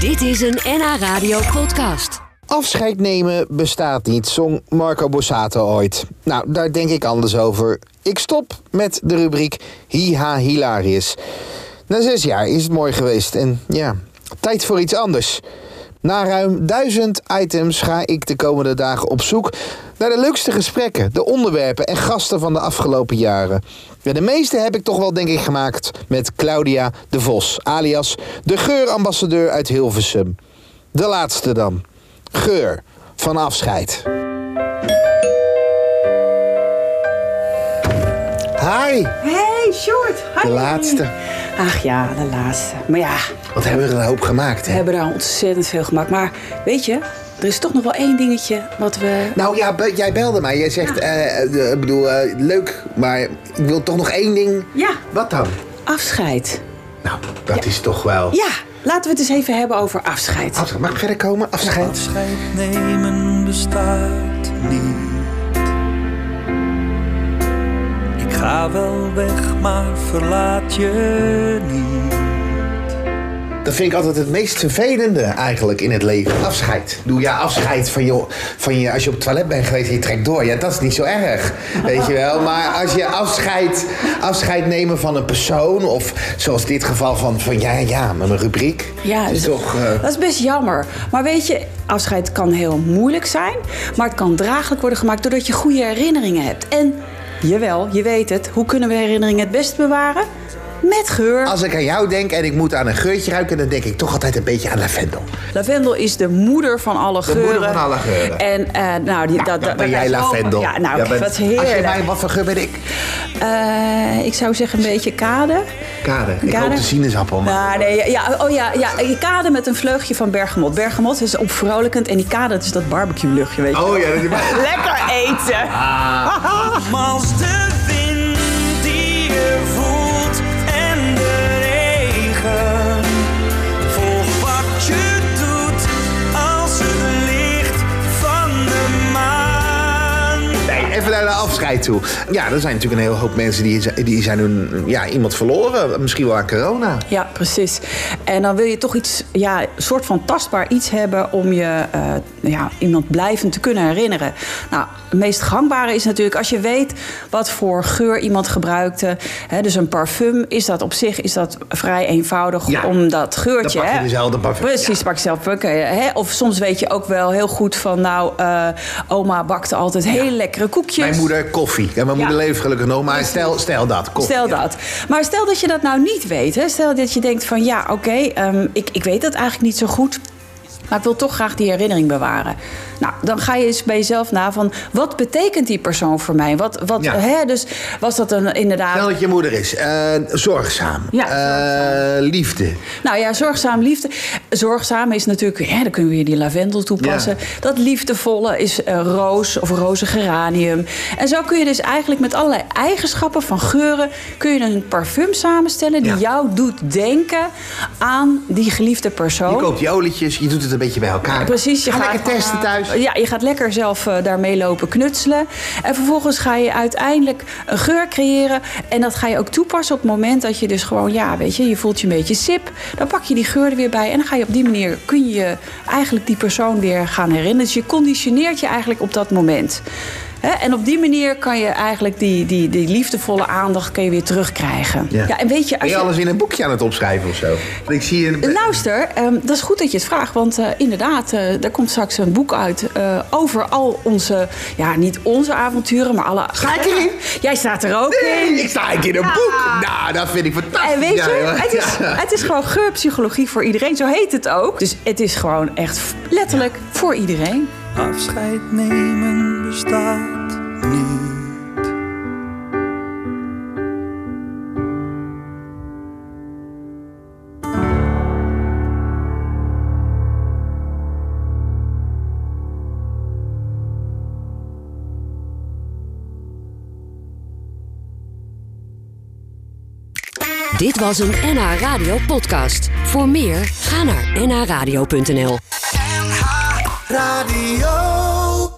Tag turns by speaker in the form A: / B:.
A: Dit is een NH Radio podcast.
B: Afscheid nemen bestaat niet, zong Marco Borsato ooit. Nou, daar denk ik anders over. Ik stop met de rubriek Hiha Hilarius. Na zes jaar is het mooi geweest en ja, tijd voor iets anders. Na ruim duizend items ga ik de komende dagen op zoek naar de leukste gesprekken, de onderwerpen en gasten van de afgelopen jaren. Ja, de meeste heb ik toch wel, denk ik, gemaakt met Claudia de Vos, alias de geurambassadeur uit Hilversum. De laatste dan. Geur van afscheid. Hi,
C: Hey, Short. Hi.
B: de laatste.
C: Ach ja, de laatste. Maar ja,
B: Wat hebben we er een hoop gemaakt,
C: we
B: hè?
C: hebben daar ontzettend veel gemaakt. Maar weet je, er is toch nog wel één dingetje wat we...
B: Nou ja, be- jij belde mij. Jij zegt, eh, eh, ik bedoel, eh, leuk, maar ik wil toch nog één ding.
C: Ja,
B: Wat dan?
C: afscheid.
B: Nou, dat is toch wel...
C: Ja, laten we het eens even hebben over afscheid.
B: Afscheid. Mag ik verder komen? Afscheid.
D: Afscheid nemen bestaat niet. Ik ga wel weg, maar verlaat je niet.
B: Dat vind ik altijd het meest vervelende eigenlijk in het leven. Afscheid. Doe ja, afscheid van je, van je. Als je op het toilet bent geweest en je trekt door. Ja, dat is niet zo erg. Weet je wel. Maar als je afscheid, afscheid nemen van een persoon. Of zoals dit geval van, van ja, ja, met een rubriek.
C: Ja,
B: dat is
C: dat-
B: toch. eh,
C: dat is best jammer. Maar weet je, afscheid kan heel moeilijk zijn. Maar het kan draaglijk worden gemaakt doordat je goede herinneringen hebt. En, jawel, je weet het. Hoe kunnen we herinneringen het best bewaren? Met geur.
B: als ik aan jou denk en ik moet aan een geurtje ruiken, dan denk ik toch altijd een beetje aan lavendel.
C: Lavendel is de moeder van alle geuren.
B: moeder van alle geuren.
C: En eh, nou, die, dat,
B: Dan
C: dat-
B: ben jij
C: dat-
B: lavendel.
C: Ja, nou,
B: Jij bent-
C: wat
B: Als
C: heerlijk.
B: je mij, wat voor geur ben ik?
C: Eh, ik zou zeggen een beetje kade.
B: Kade. Ik hoop
C: Kade?
B: de sinaasappel. maar-
C: Nou, nee, ja, ja, oh ja, ja, je kade met een vleugje van bergamot. Bergamot is opvrolijkend en die kade dat is dat barbecue luchtje, weet je.
B: Oh ja, dat is. Ah.
C: Lekker eten.
D: Maar als de wind die je voelt en de regen. Volg wat je doet als het licht van de maan.
B: Nee, even naar de afscheid toe. Ja, er zijn natuurlijk een hele hoop mensen die, die zijn hun, ja, iemand verloren. Misschien wel aan corona.
C: Ja, precies. En dan wil je toch iets, ja, een soort van tastbaar iets hebben om je eh, ja, iemand blijvend te kunnen herinneren. Nou, het meest gangbare is natuurlijk als je weet wat voor geur iemand gebruikte. Hè, dus een parfum, is dat op zich is dat vrij eenvoudig
B: Ja.
C: om dat geurtje.
B: Dan pak je
C: hè?
B: dezelfde parfum,
C: Precies, pak je zelf hè? Of soms weet je ook wel heel goed van, nou, eh, oma bakte altijd hele lekkere koekjes.
B: Mijn moeder koffie. En mijn
C: Ja.
B: moeder leeft gelukkig nog, maar stel, stel dat. Koffie.
C: Stel dat. Maar stel dat je dat nou niet weet. Hè? Stel dat je denkt van ja, oké, ehm, ik, ik weet dat eigenlijk niet zo goed. Maar ik wil toch graag die herinnering bewaren. Nou, dan ga je eens bij jezelf na van wat betekent die persoon voor mij? Wat, wat,
B: Ja.
C: hè? Dus was dat een inderdaad.
B: Stel dat je moeder is. eh, zorgzaam.
C: Ja,
B: Eh, liefde.
C: Nou ja, zorgzaam liefde. Zorgzaam is natuurlijk, ja, dan kunnen we weer die lavendel toepassen.
B: Ja.
C: Dat liefdevolle is eh, roos of roze geranium. En zo kun je dus eigenlijk met allerlei eigenschappen van geuren... kun je een parfum samenstellen die
B: Ja.
C: jou doet denken aan die geliefde
B: Je
C: persoon.
B: koopt je olietjes, je doet het een beetje bij elkaar.
C: Oh. Precies, je
B: Ga
C: gaat eh,
B: lekker testen thuis.
C: Ja, je gaat lekker zelf eh, daarmee lopen knutselen. En vervolgens ga je uiteindelijk een geur creëren. En dat ga je ook toepassen op het moment dat je dus gewoon, ja, weet je, je voelt je een beetje sip. Dan pak je die geur er weer bij. En dan ga je op die manier, kun je eigenlijk die persoon weer gaan herinneren. Dus je conditioneert je eigenlijk op dat moment. Hè? en op die manier kan je eigenlijk die, die, die liefdevolle aandacht kun je weer terugkrijgen. Ja, en weet je,
B: ben
C: als
B: je
C: je-
B: alles in een boekje aan het opschrijven of zo? Want Ik zie een...
C: Luister, ehm, dat is goed dat je het vraagt. Want eh, inderdaad, eh er komt straks een boek uit eh, over al onze, ja, niet onze avonturen, maar alle.
B: Ga ik erin?
C: Jij staat er ook
B: Nee,
C: in.
B: ik sta een keer in een boek. Nou, dat vind ik fantastisch.
C: En weet
B: Ja,
C: je,
B: joh.
C: het is,
B: Ja.
C: het is gewoon geurpsychologie voor iedereen. Zo heet het ook. Dus het is gewoon echt f- letterlijk voor iedereen.
D: Afscheid nemen bestaat niet.
A: Dit was een NH Radio podcast. Voor meer, ga naar nhradio.nl.
D: Radio.